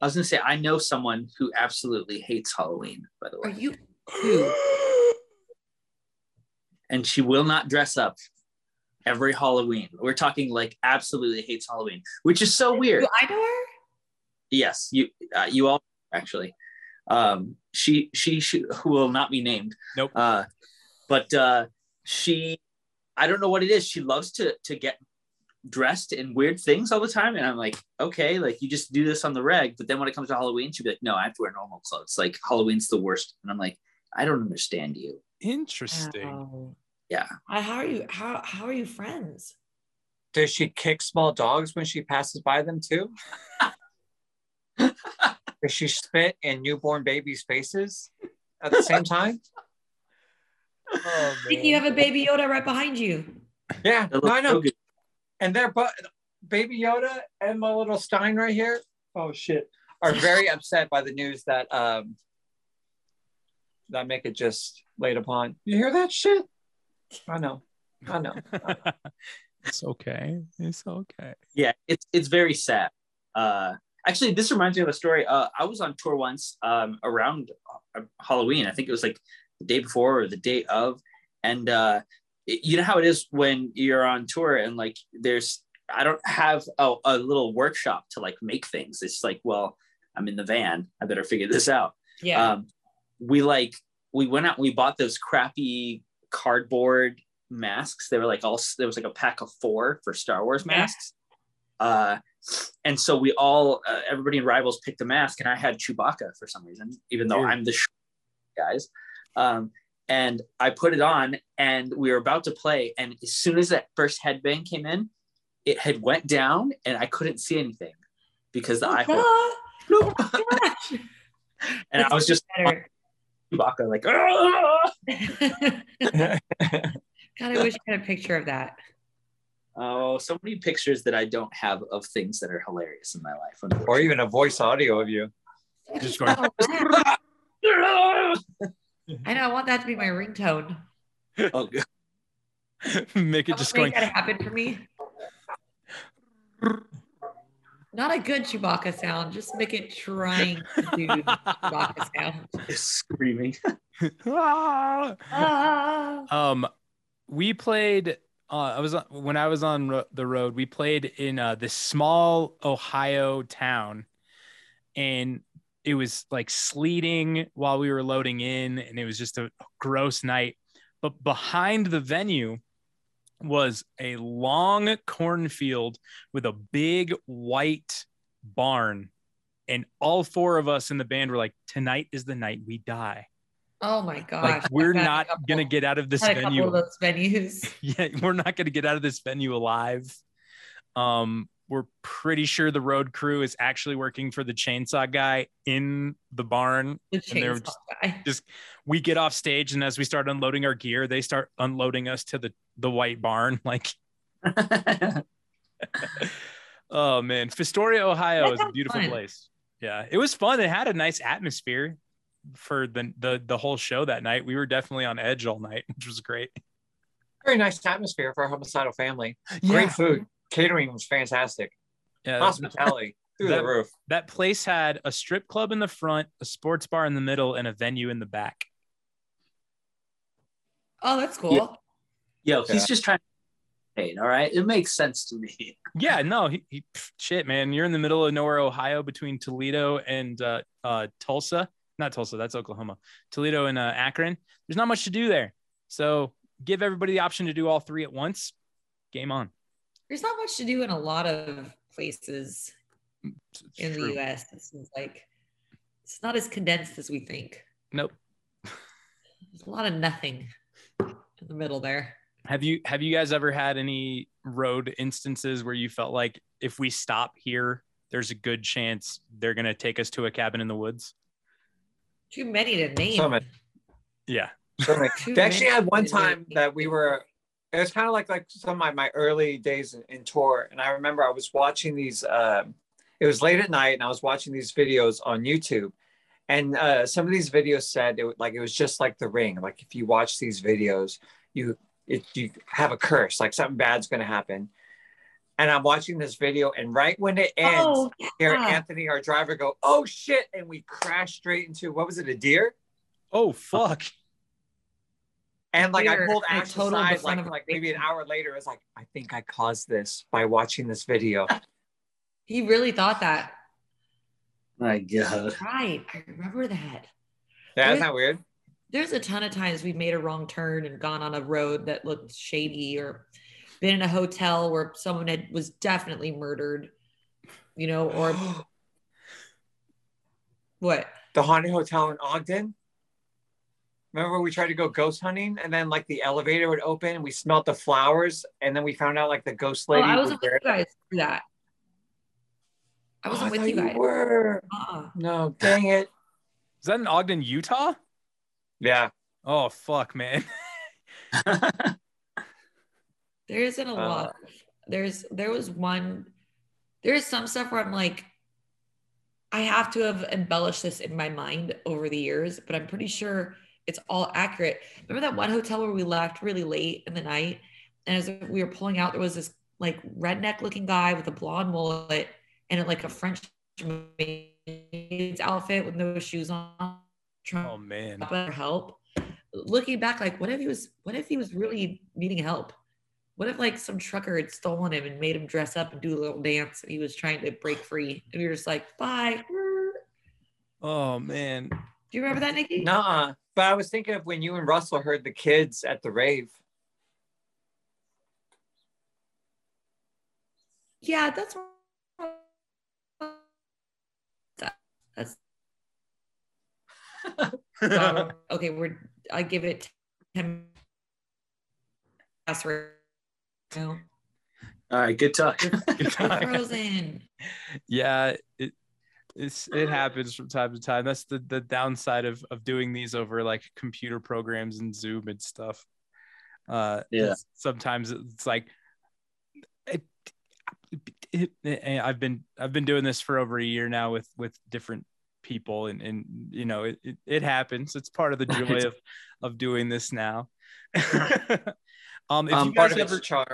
S3: I was gonna say I know someone who absolutely hates Halloween, by the
S4: Are
S3: way,
S4: you? Who?
S3: and she will not dress up every Halloween. We're talking like absolutely hates Halloween, which is so weird.
S4: Do I know her?
S3: Yes, you uh, you all actually. Um, she she she will not be named.
S1: Nope.
S3: Uh, but uh, she, I don't know what it is. She loves to to get dressed in weird things all the time, and I'm like, okay, like you just do this on the reg. But then when it comes to Halloween, she'd be like, no, I have to wear normal clothes. Like Halloween's the worst, and I'm like, I don't understand you.
S1: Interesting.
S4: Wow.
S3: Yeah.
S4: Uh, How are you? How how are you friends?
S2: Does she kick small dogs when she passes by them too? Does she spit in newborn babies' faces at the same time?
S1: Oh,
S4: I think you have a baby Yoda right behind you.
S2: Yeah,
S3: It
S2: no, I
S3: looks
S2: know.
S3: so good.
S2: and they're but baby yoda and my little stein right here oh shit are very upset by the news that um that make it just laid upon you hear that shit i know
S4: Oh,
S2: i know
S1: it's okay. It's okay.
S3: yeah it's it's very sad uh actually this reminds me of a story uh i was on tour once um around uh, halloween i think it was like the day before or the day of and uh y- you know how it is when you're on tour and like there's i don't have a, a little workshop to like make things it's like well i'm in the van i better figure this out
S4: Yeah.
S3: um, we like we went out and we bought those crappy cardboard masks they were like all there was like a pack of four for star wars
S4: Yeah.
S3: masks uh and so we all uh, everybody in rivals picked a mask and i had chewbacca for some reason even though
S1: Ooh.
S3: i'm the sh- guys um and i put it on and we were about to play and as soon as that first headband came in it had went down and i couldn't see anything because
S4: Oh,
S3: the eye hole
S4: Duh.
S3: and i was just
S4: Better.
S3: chewbacca like "Ah!"
S4: God, I wish I had a picture of that.
S3: Oh, so many pictures that I don't have of things that are hilarious in my life.
S2: or
S3: unfortunately.
S2: even a voice audio of you
S1: Just going.
S4: Oh, I know. I want that to be my ringtone.
S3: oh, God.
S1: Make it
S4: Someone
S1: just
S4: make
S1: going.
S4: that happen for me. Not a good Chewbacca sound. Just make it trying to do the Chewbacca sound.
S3: screaming.
S1: Ah.
S4: Ah.
S1: Um, we played. Uh, I was on- when I was on ro- the road. We played in uh, this small Ohio town, and it was like sleeting while we were loading in, and it was just a gross night. But behind the venue was a long cornfield with a big white barn, and all four of us in the band were like, "Tonight is the night we die.
S4: Oh my gosh.
S1: Like we're
S4: I've had a
S1: not
S4: couple-
S1: gonna get out of this
S4: had a
S1: venue
S4: couple of those venues.
S1: yeah, we're not going to get out of this venue alive. Um, we're pretty sure the road crew is actually working for the chainsaw guy in the barn.
S4: The
S1: And they were
S4: chainsaw
S1: just-
S4: guy.
S1: We get off stage, and as we start unloading our gear, they start unloading us to the the white barn. Like, oh man, Fistoria, Ohio
S4: That
S1: is a
S4: sounds
S1: beautiful
S4: fun.
S1: place. Yeah, it was fun. It had a nice atmosphere for the the the whole show that night. We were definitely on edge all night, which was great.
S2: very nice atmosphere for a homicidal family
S1: Yeah.
S2: great food catering was fantastic
S1: Yeah,
S2: hospitality through
S1: that-
S2: the roof
S1: that place had a strip club in the front, a sports bar in the middle, and a venue in the back.
S4: Oh, that's cool.
S3: Yo, he's
S2: Yeah.
S3: just trying to pain, all right? It makes sense to me.
S1: Yeah, no, he, he, pff, shit, man, you're in the middle of nowhere, Ohio, between Toledo and uh, uh, Tulsa. Not Tulsa, that's Oklahoma. Toledo and uh, Akron. There's not much to do there, so give everybody the option to do all three at once. Game on.
S4: there's not much to do in a lot of places
S1: It's- it's
S4: in
S1: true.
S4: the US. This is like it's not as condensed as we think.
S1: Nope.
S4: There's a lot of nothing in the middle there.
S1: Have you have you guys ever had any road instances where you felt like if we stop here, there's a good chance they're gonna take us to a cabin in the woods?
S4: Too many to name.
S2: So many.
S1: Yeah.
S2: So, like,
S4: Too
S2: we actually
S4: many
S2: had one
S4: to
S2: time
S4: name.
S2: that we were it was kind of like like some of my, my early days in, in tour and i remember i was watching these um it was late at night and i was watching these videos on youtube and uh some of these videos said it was like it was just like the ring like if you watch these videos you it, you have a curse like something bad's going to happen and i'm watching this video and right when it ends
S4: Oh,
S2: here
S4: yeah.
S2: anthony our driver go oh shit and we crash straight into what was it a deer
S1: Oh fuck.
S2: And like I
S4: Weird.
S2: pulled
S4: I
S2: Ash
S4: totaled the
S2: aside,
S4: front
S2: like,
S4: of
S2: like
S4: my
S2: maybe an hour later, it's like, I think I caused this by watching this video.
S4: he really thought that.
S3: My God.
S4: Right. I remember that.
S2: That's not weird.
S4: There's a ton of times we've made a wrong turn and gone on a road that looked shady or been in a hotel where someone had was definitely murdered, you know, or what?
S2: The haunted hotel in Ogden. Remember we tried to go ghost hunting and then like the elevator would open and we smelled the flowers and then we found out like the ghost
S4: Oh,
S2: lady.
S4: I
S2: was
S4: wasn't with
S2: there.
S4: you guys for that. I
S2: Oh,
S4: wasn't
S2: thought
S4: with you guys.
S2: were.
S4: Uh-uh.
S2: No, dang it.
S1: Is that in Ogden, Utah?
S2: Yeah.
S1: Oh fuck, man.
S4: There isn't a
S2: Uh,
S4: lot. There's there was one. There's some stuff where I'm like, I have to have embellished this in my mind over the years, but I'm pretty sure it's all accurate. Remember that one hotel where we left really late in the night, and as we were pulling out, there was this like redneck looking guy with a blonde mullet and like a French maid's outfit with no shoes on, trying
S1: Oh man.
S4: for help. Looking back, like what if he was what if he was really needing help? What if like some trucker had stolen him and made him dress up and do a little dance and he was trying to break free? And we were just like, bye. Do
S1: Oh man.
S4: you remember that, Nikki?
S2: Nuh-uh. But I was thinking of when you and Russell heard the kids at the rave.
S4: Yeah, that's that- that's Um, okay. We're I give it ten pass no,
S3: All right. Good talk.
S4: frozen.
S1: yeah it it's, it happens from time to time that's the the downside of of doing these over like computer programs and zoom and stuff uh
S3: Yeah.
S1: it's- sometimes it's like it, it, it- i've been i've been doing this for over a year now with with different people and and you know it, it, it happens it's part of the joy of of doing this now um if
S3: Um,
S1: you
S2: Part
S1: guys
S2: of its
S1: ever
S2: charm.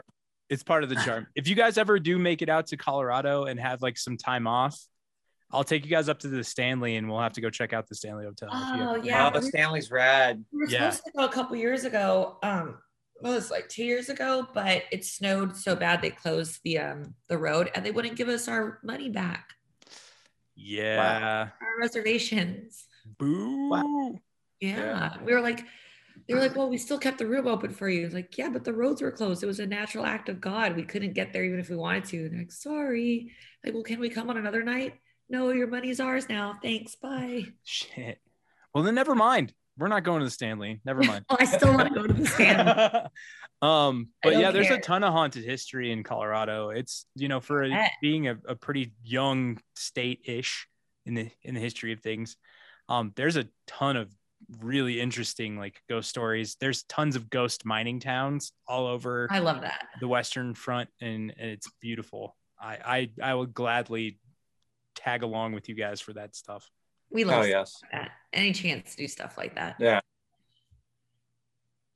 S1: it's part of the charm. if you guys ever do make it out to Colorado and have like some time off, I'll take you guys up to the Stanley and we'll have to go check out the Stanley Hotel. if you
S4: Oh,
S1: ever-
S4: Yeah.
S2: Oh, Stanley's rad.
S4: We were
S1: Yeah.
S4: supposed to go a couple years ago. Um, well, it's like two years ago, but it snowed so bad they closed the um the road and they wouldn't give us our money back,
S1: Yeah.
S4: our reservations.
S1: Boo.
S4: Yeah. We were like, they were like, well, we still kept the room open for you. It's like, yeah, but the roads were closed. It was a natural act of God. We couldn't get there even if we wanted to. And they're like, sorry. Like, well, can we come on another night? No, your money's ours now. Thanks. Bye.
S1: Shit. Well, then never mind. We're not going to the Stanley. Never mind.
S4: Oh, I still want to go to the stand.
S1: um, but
S4: don't
S1: yeah, there's a
S4: care.
S1: ton of haunted history in Colorado. It's you know for a,
S4: bet.
S1: being a, a pretty young state ish in the in the history of things, um, there's a ton of really interesting like ghost stories. There's tons of ghost mining towns all over
S4: I love that.
S1: the western front, and, and it's beautiful. I I I will gladly tag along with you guys for that stuff.
S4: We love
S2: Oh yes.
S4: that. Any chance to do stuff like that.
S2: Yeah.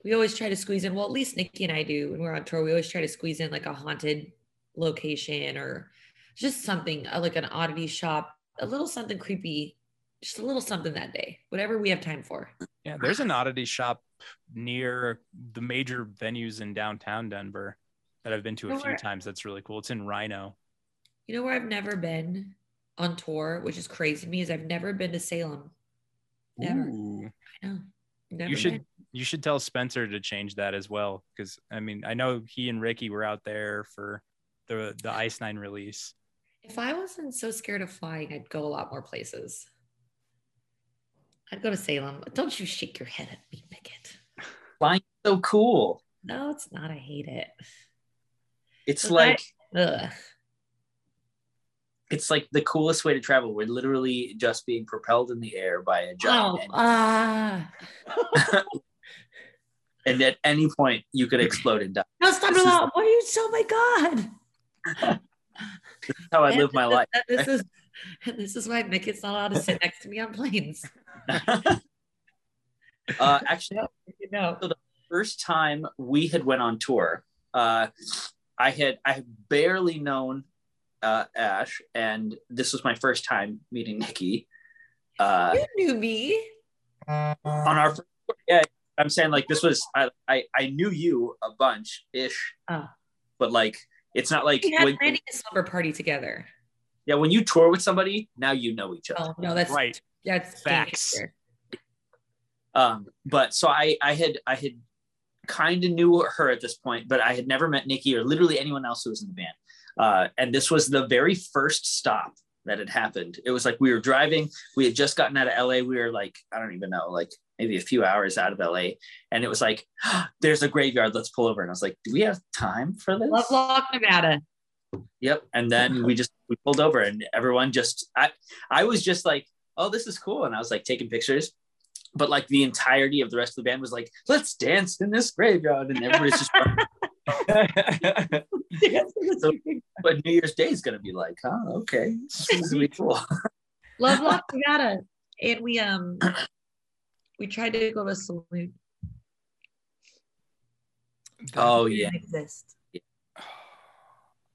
S4: We always try to squeeze in, well, at least Nikki and I do when we're on tour, we always try to squeeze in like a haunted location or just something uh, like an oddity shop, a little something creepy, just a little something that day, whatever we have time for.
S1: Yeah, there's an oddity shop near the major venues in downtown Denver that I've been to a few
S4: Sure.
S1: times. That's really cool. It's in Rhino.
S4: You know where I've never been on tour, which is crazy to me, is I've never been to Salem. Never.
S1: Ooh.
S4: I know. Never
S1: You should
S4: been.
S1: you should tell Spencer to change that as well because I mean I know he and Ricky were out there for the the Ice Nine release.
S4: If I wasn't so scared of flying, I'd go a lot more places. I'd go to Salem. Don't you shake your head at me, Pickett.
S3: Flying is so cool.
S4: No, it's not. I hate it.
S3: It's
S4: Okay.
S3: like
S4: Ugh.
S3: it's like the coolest way to travel. We're literally just being propelled in the air by a
S4: Oh,
S3: giant, engine.
S4: ah.
S3: and at any point you could explode and die.
S4: no, stop it
S3: This is-
S4: all. What are you? Oh my God.
S3: This is how I live my life.
S4: This is this is why Mickett's not allowed to sit next to me on planes.
S3: Uh, actually,
S4: You know.
S3: first time we had went on tour, uh, I had I had barely known uh, Ash, and this was my first time meeting Nikki. Uh,
S4: You knew me.
S3: on our first tour, yeah, I'm saying like this was I I, I knew you a bunch ish,
S4: Oh.
S3: but like it's not like
S4: We had
S3: when-
S4: planning a slumber party together.
S3: yeah when you tour with somebody now you know each other.
S4: Oh no, that's
S1: Right.
S4: That's
S1: Facts.
S4: dangerous.
S3: um but so i i had i had kind of knew her at this point but i had never met nikki or literally anyone else who was in the band uh and this was the very first stop that had happened it was like we were driving we had just gotten out of la we were like i don't even know like maybe a few hours out of la and it was like there's a graveyard let's pull over and i was like do we have time for this
S4: Lovelock, Nevada.
S3: Yep. And then we just we pulled over and everyone just I I was just like, oh, this is cool. And I was like taking pictures. But like the entirety of the rest of the band was like, let's dance in this graveyard. And everybody's just but New Year's Day is gonna be like, huh, okay. This is gonna be cool.
S4: Lovelock, Nevada. And we um we tried to go to a saloon.
S3: Oh yeah.
S4: Didn't Exist.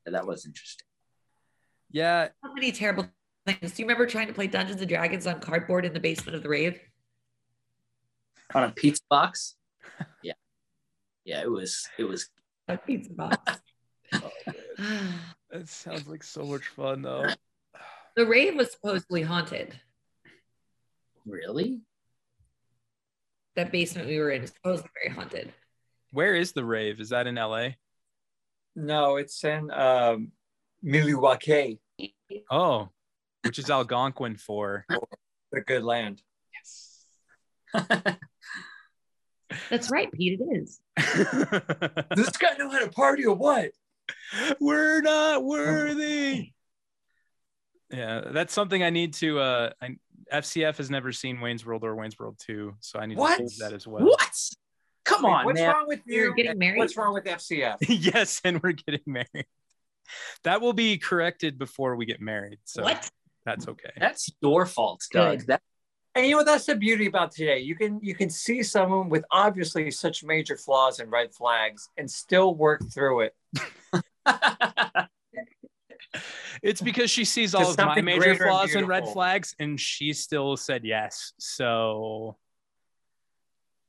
S3: That was interesting.
S1: Yeah,
S4: So many terrible things. Do you remember trying to play Dungeons and Dragons on cardboard in the basement of the rave?
S3: On a pizza box. Yeah. Yeah, it was it was
S4: A pizza box.
S1: that sounds like so much fun though.
S4: the rave was supposedly haunted.
S3: really
S4: That basement we were in is supposedly very haunted.
S1: Where is the rave? Is that in LA?
S2: No, it's in um, Milwaukee,
S1: Oh, which is Algonquin for.
S2: the good land.
S4: That's right, Pete. It is.
S2: Does this guy know how to party or what?
S1: We're not worthy. Yeah, that's something I need to. Uh, I, FCF has never seen Wayne's World or Wayne's World 2, so I need
S2: What?
S1: to do that as well.
S3: What? Come
S2: Wait,
S3: on,
S2: what's
S3: man.
S2: wrong with
S4: We were
S2: you?
S4: getting married.
S2: What's wrong with FCF?
S1: yes, and we're getting married. That will be corrected before we get married, so
S4: what?
S1: that's okay.
S3: That's your fault, Doug.
S4: Good.
S3: That
S2: And you know that's the beauty about today. You can you can see someone with obviously such major flaws and red flags and still work through it.
S1: It's because she sees
S2: To
S1: all of my
S2: something
S1: major
S2: greater and
S1: flaws and red
S2: beautiful.
S1: flags, and she still said yes. So,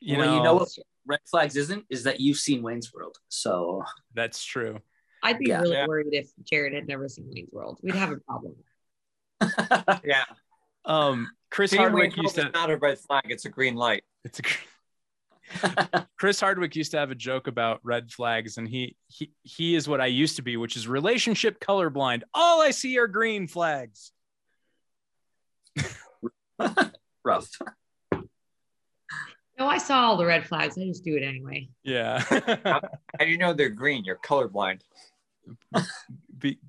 S1: you
S3: well,
S1: know,
S3: you know what red flags isn't is that you've seen Wayne's World. So
S1: that's true.
S4: I'd be
S3: Yeah.
S4: really
S2: Yeah.
S4: worried if Jared had never seen Wayne's World. We'd have a problem.
S2: Yeah.
S1: Um, Chris
S2: Seeing
S1: Hardwick
S2: wrinkles
S1: used to.
S2: is not a red flag, it's a green light.
S1: It's a. Chris Hardwick used to have a joke about red flags, and he he he is what I used to be, which is relationship colorblind. All I see are green flags.
S3: rough.
S4: No, I saw all the red flags. I just do it anyway.
S1: Yeah.
S2: How do you know they're green? You're colorblind.
S1: Be-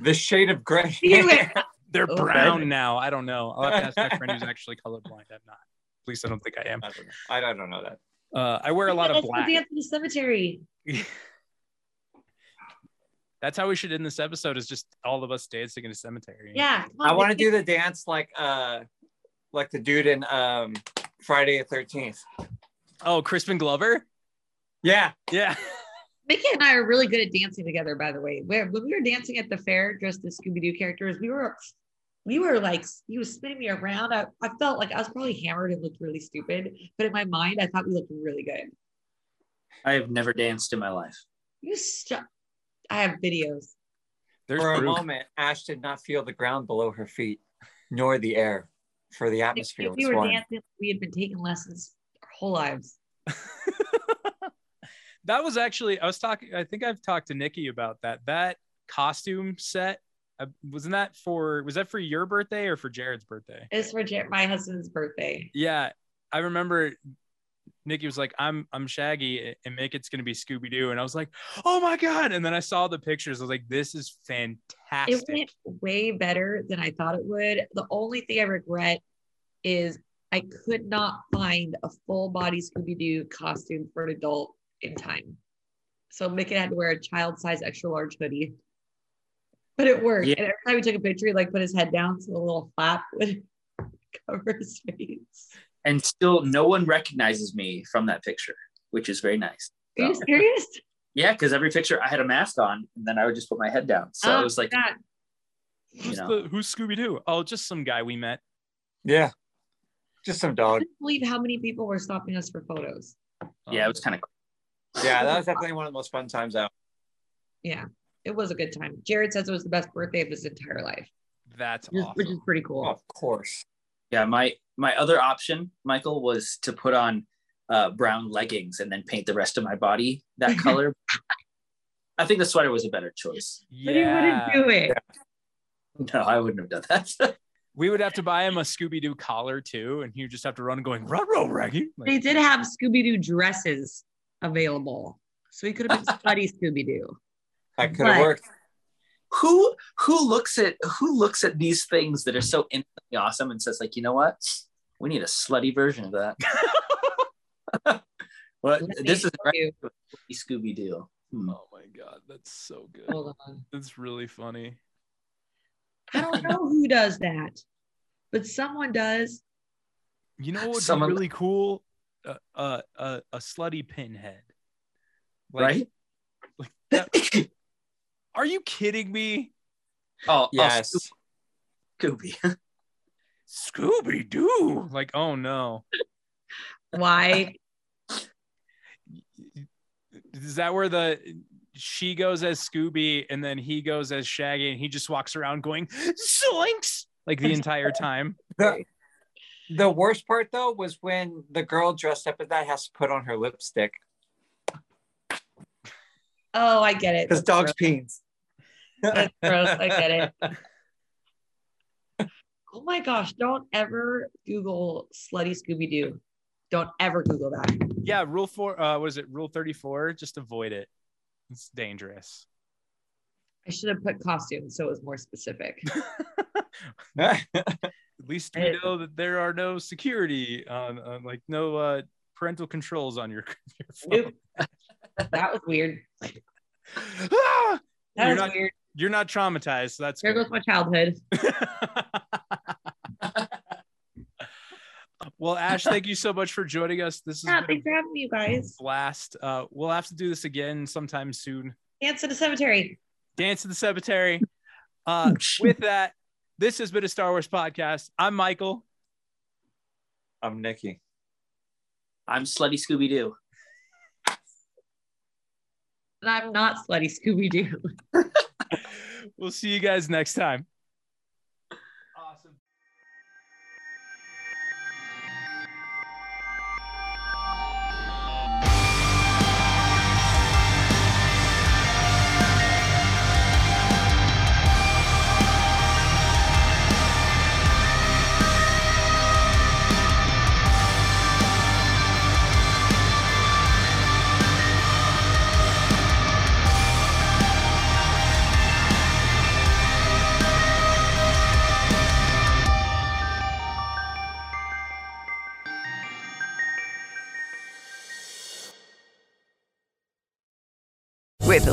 S2: The shade of gray.
S4: Anyway,
S1: they're
S4: Oh,
S1: brown
S4: really?
S1: now. I don't know. I'll have to ask my friend who's actually colorblind. I'm not. At least I don't think I am.
S2: I don't know. I don't, I don't know that.
S1: Uh, I wear a lot of
S4: Let's go
S1: black.
S4: Dance in the cemetery.
S1: That's how we should end this episode. Is just all of us dancing in a cemetery.
S4: Yeah. come on,
S2: I want to
S4: let's
S2: do the dance like uh like the dude in um Friday the thirteenth.
S1: Oh, Crispin Glover.
S2: Yeah.
S1: Yeah.
S4: Mickey and I are really good at dancing together, by the way. Where when we were dancing at the fair, dressed as Scooby Doo characters, we were we were like he was spinning me around. I, I felt like I was probably hammered and looked really stupid, but in my mind, I thought we looked really good.
S3: I have never danced in my life.
S4: You st- I have videos.
S1: There's
S2: For a
S1: proof.
S2: moment, Ash did not feel the ground below her feet, nor the air, for the
S4: If
S2: atmosphere
S4: we
S2: was
S4: were
S2: one.
S4: dancing, we had been taking lessons our whole lives.
S1: that was actually I was talking. I think I've talked to Nikki about that. That costume set. Uh, wasn't that for was that for your birthday or for Jared's birthday?
S4: It's for Jar- my husband's birthday.
S1: Yeah, I remember Nikki was like, "I'm I'm Shaggy and make it's gonna be Scooby Doo," and I was like, "Oh my god!" And then I saw the pictures. I was like, "This is fantastic."
S4: It went way better than I thought it would. The only thing I regret is I could not find a full body Scooby Doo costume for an adult in time. So Mickey had to wear a child size extra large hoodie. But it worked.
S3: Yeah.
S4: And every time we took a picture, he like put his head down so the little flap would cover his face.
S3: and still no one recognizes me from that picture, which is very nice.
S4: Are you
S3: So-
S4: serious?
S3: yeah, because every picture I had a mask on, and then I would just put my head down. So
S4: Oh,
S3: it was like,
S4: God.
S3: you
S1: who's
S3: know.
S1: the, who's Scooby Doo? Oh, just some guy we met.
S2: Yeah. Just some
S4: I
S2: dog.
S4: couldn't believe how many people were stopping us for photos.
S3: yeah, it was kind of.
S2: Yeah, that was definitely one of the most fun times out.
S4: It was a good time. Jared says it was the best birthday of his entire life,
S1: That's
S4: which is- which is
S1: awesome.
S4: pretty cool.
S2: Of course.
S3: Yeah, my my other option, Michael, was to put on uh, brown leggings and then paint the rest of my body that color. I think the sweater was a better choice.
S4: But he wouldn't
S1: Yeah,
S4: do it.
S3: No, I wouldn't have done that.
S1: we would have to buy him a Scooby Doo collar too, and he would just have to run going run, run, Reggie. Like,
S4: They did have Scooby Doo dresses available. So he could have been Spuddy Scooby Doo.
S2: That could
S4: But-
S2: have worked.
S1: Oh,
S3: who who looks at who looks at these things that are so instantly awesome and says like, you know what, we need a slutty version of that. well, this is Scooby Doo. Hmm.
S1: oh my god, that's so good.
S4: Hold on.
S1: That's really funny.
S4: I don't know who does that, but someone does.
S1: You know what would
S3: Someone-
S1: be really cool? Uh, uh, uh, a slutty pinhead. Like,
S3: right?
S1: Are you kidding me?
S3: oh
S2: Yes.
S3: oh, Scooby.
S1: Scooby Doo. Like, oh no.
S4: Why?
S1: Is that where the she goes as Scooby and then he goes as Shaggy and he just walks around going zoinks like the entire time?
S2: The, the worst part though was when the girl dressed up as that has to put on her lipstick
S4: Oh, I get it.
S2: because dogs peens.
S4: That's gross. I get it. Oh my gosh. Don't ever Google slutty Scooby Doo. Don't ever Google that.
S1: Yeah, rule four. Uh, was it rule thirty-four? Just avoid it. It's dangerous.
S4: I should have put costumes so it was more specific.
S1: At least we
S4: Right.
S1: know that there are no security on, on like no uh, parental controls on your, your phone.
S4: Nope. that was weird.
S1: Ah!
S4: That
S1: You're
S4: was
S1: not-
S4: weird.
S1: You're not traumatized, so that's
S4: There
S1: good.
S4: goes my childhood.
S1: well, Ash, thank you so much for joining us. This is
S4: Yeah, thanks for having me, you guys.
S1: a blast. Uh, we'll have to do this again sometime soon.
S4: Dance in the cemetery.
S1: Dance to the Cemetery. Uh, with that, this has been a Star Wars podcast. I'm Michael.
S2: I'm Nikki.
S3: I'm slutty Scooby Doo.
S4: And I'm not slutty Scooby Doo.
S1: We'll see you guys next time. Awesome.
S5: With the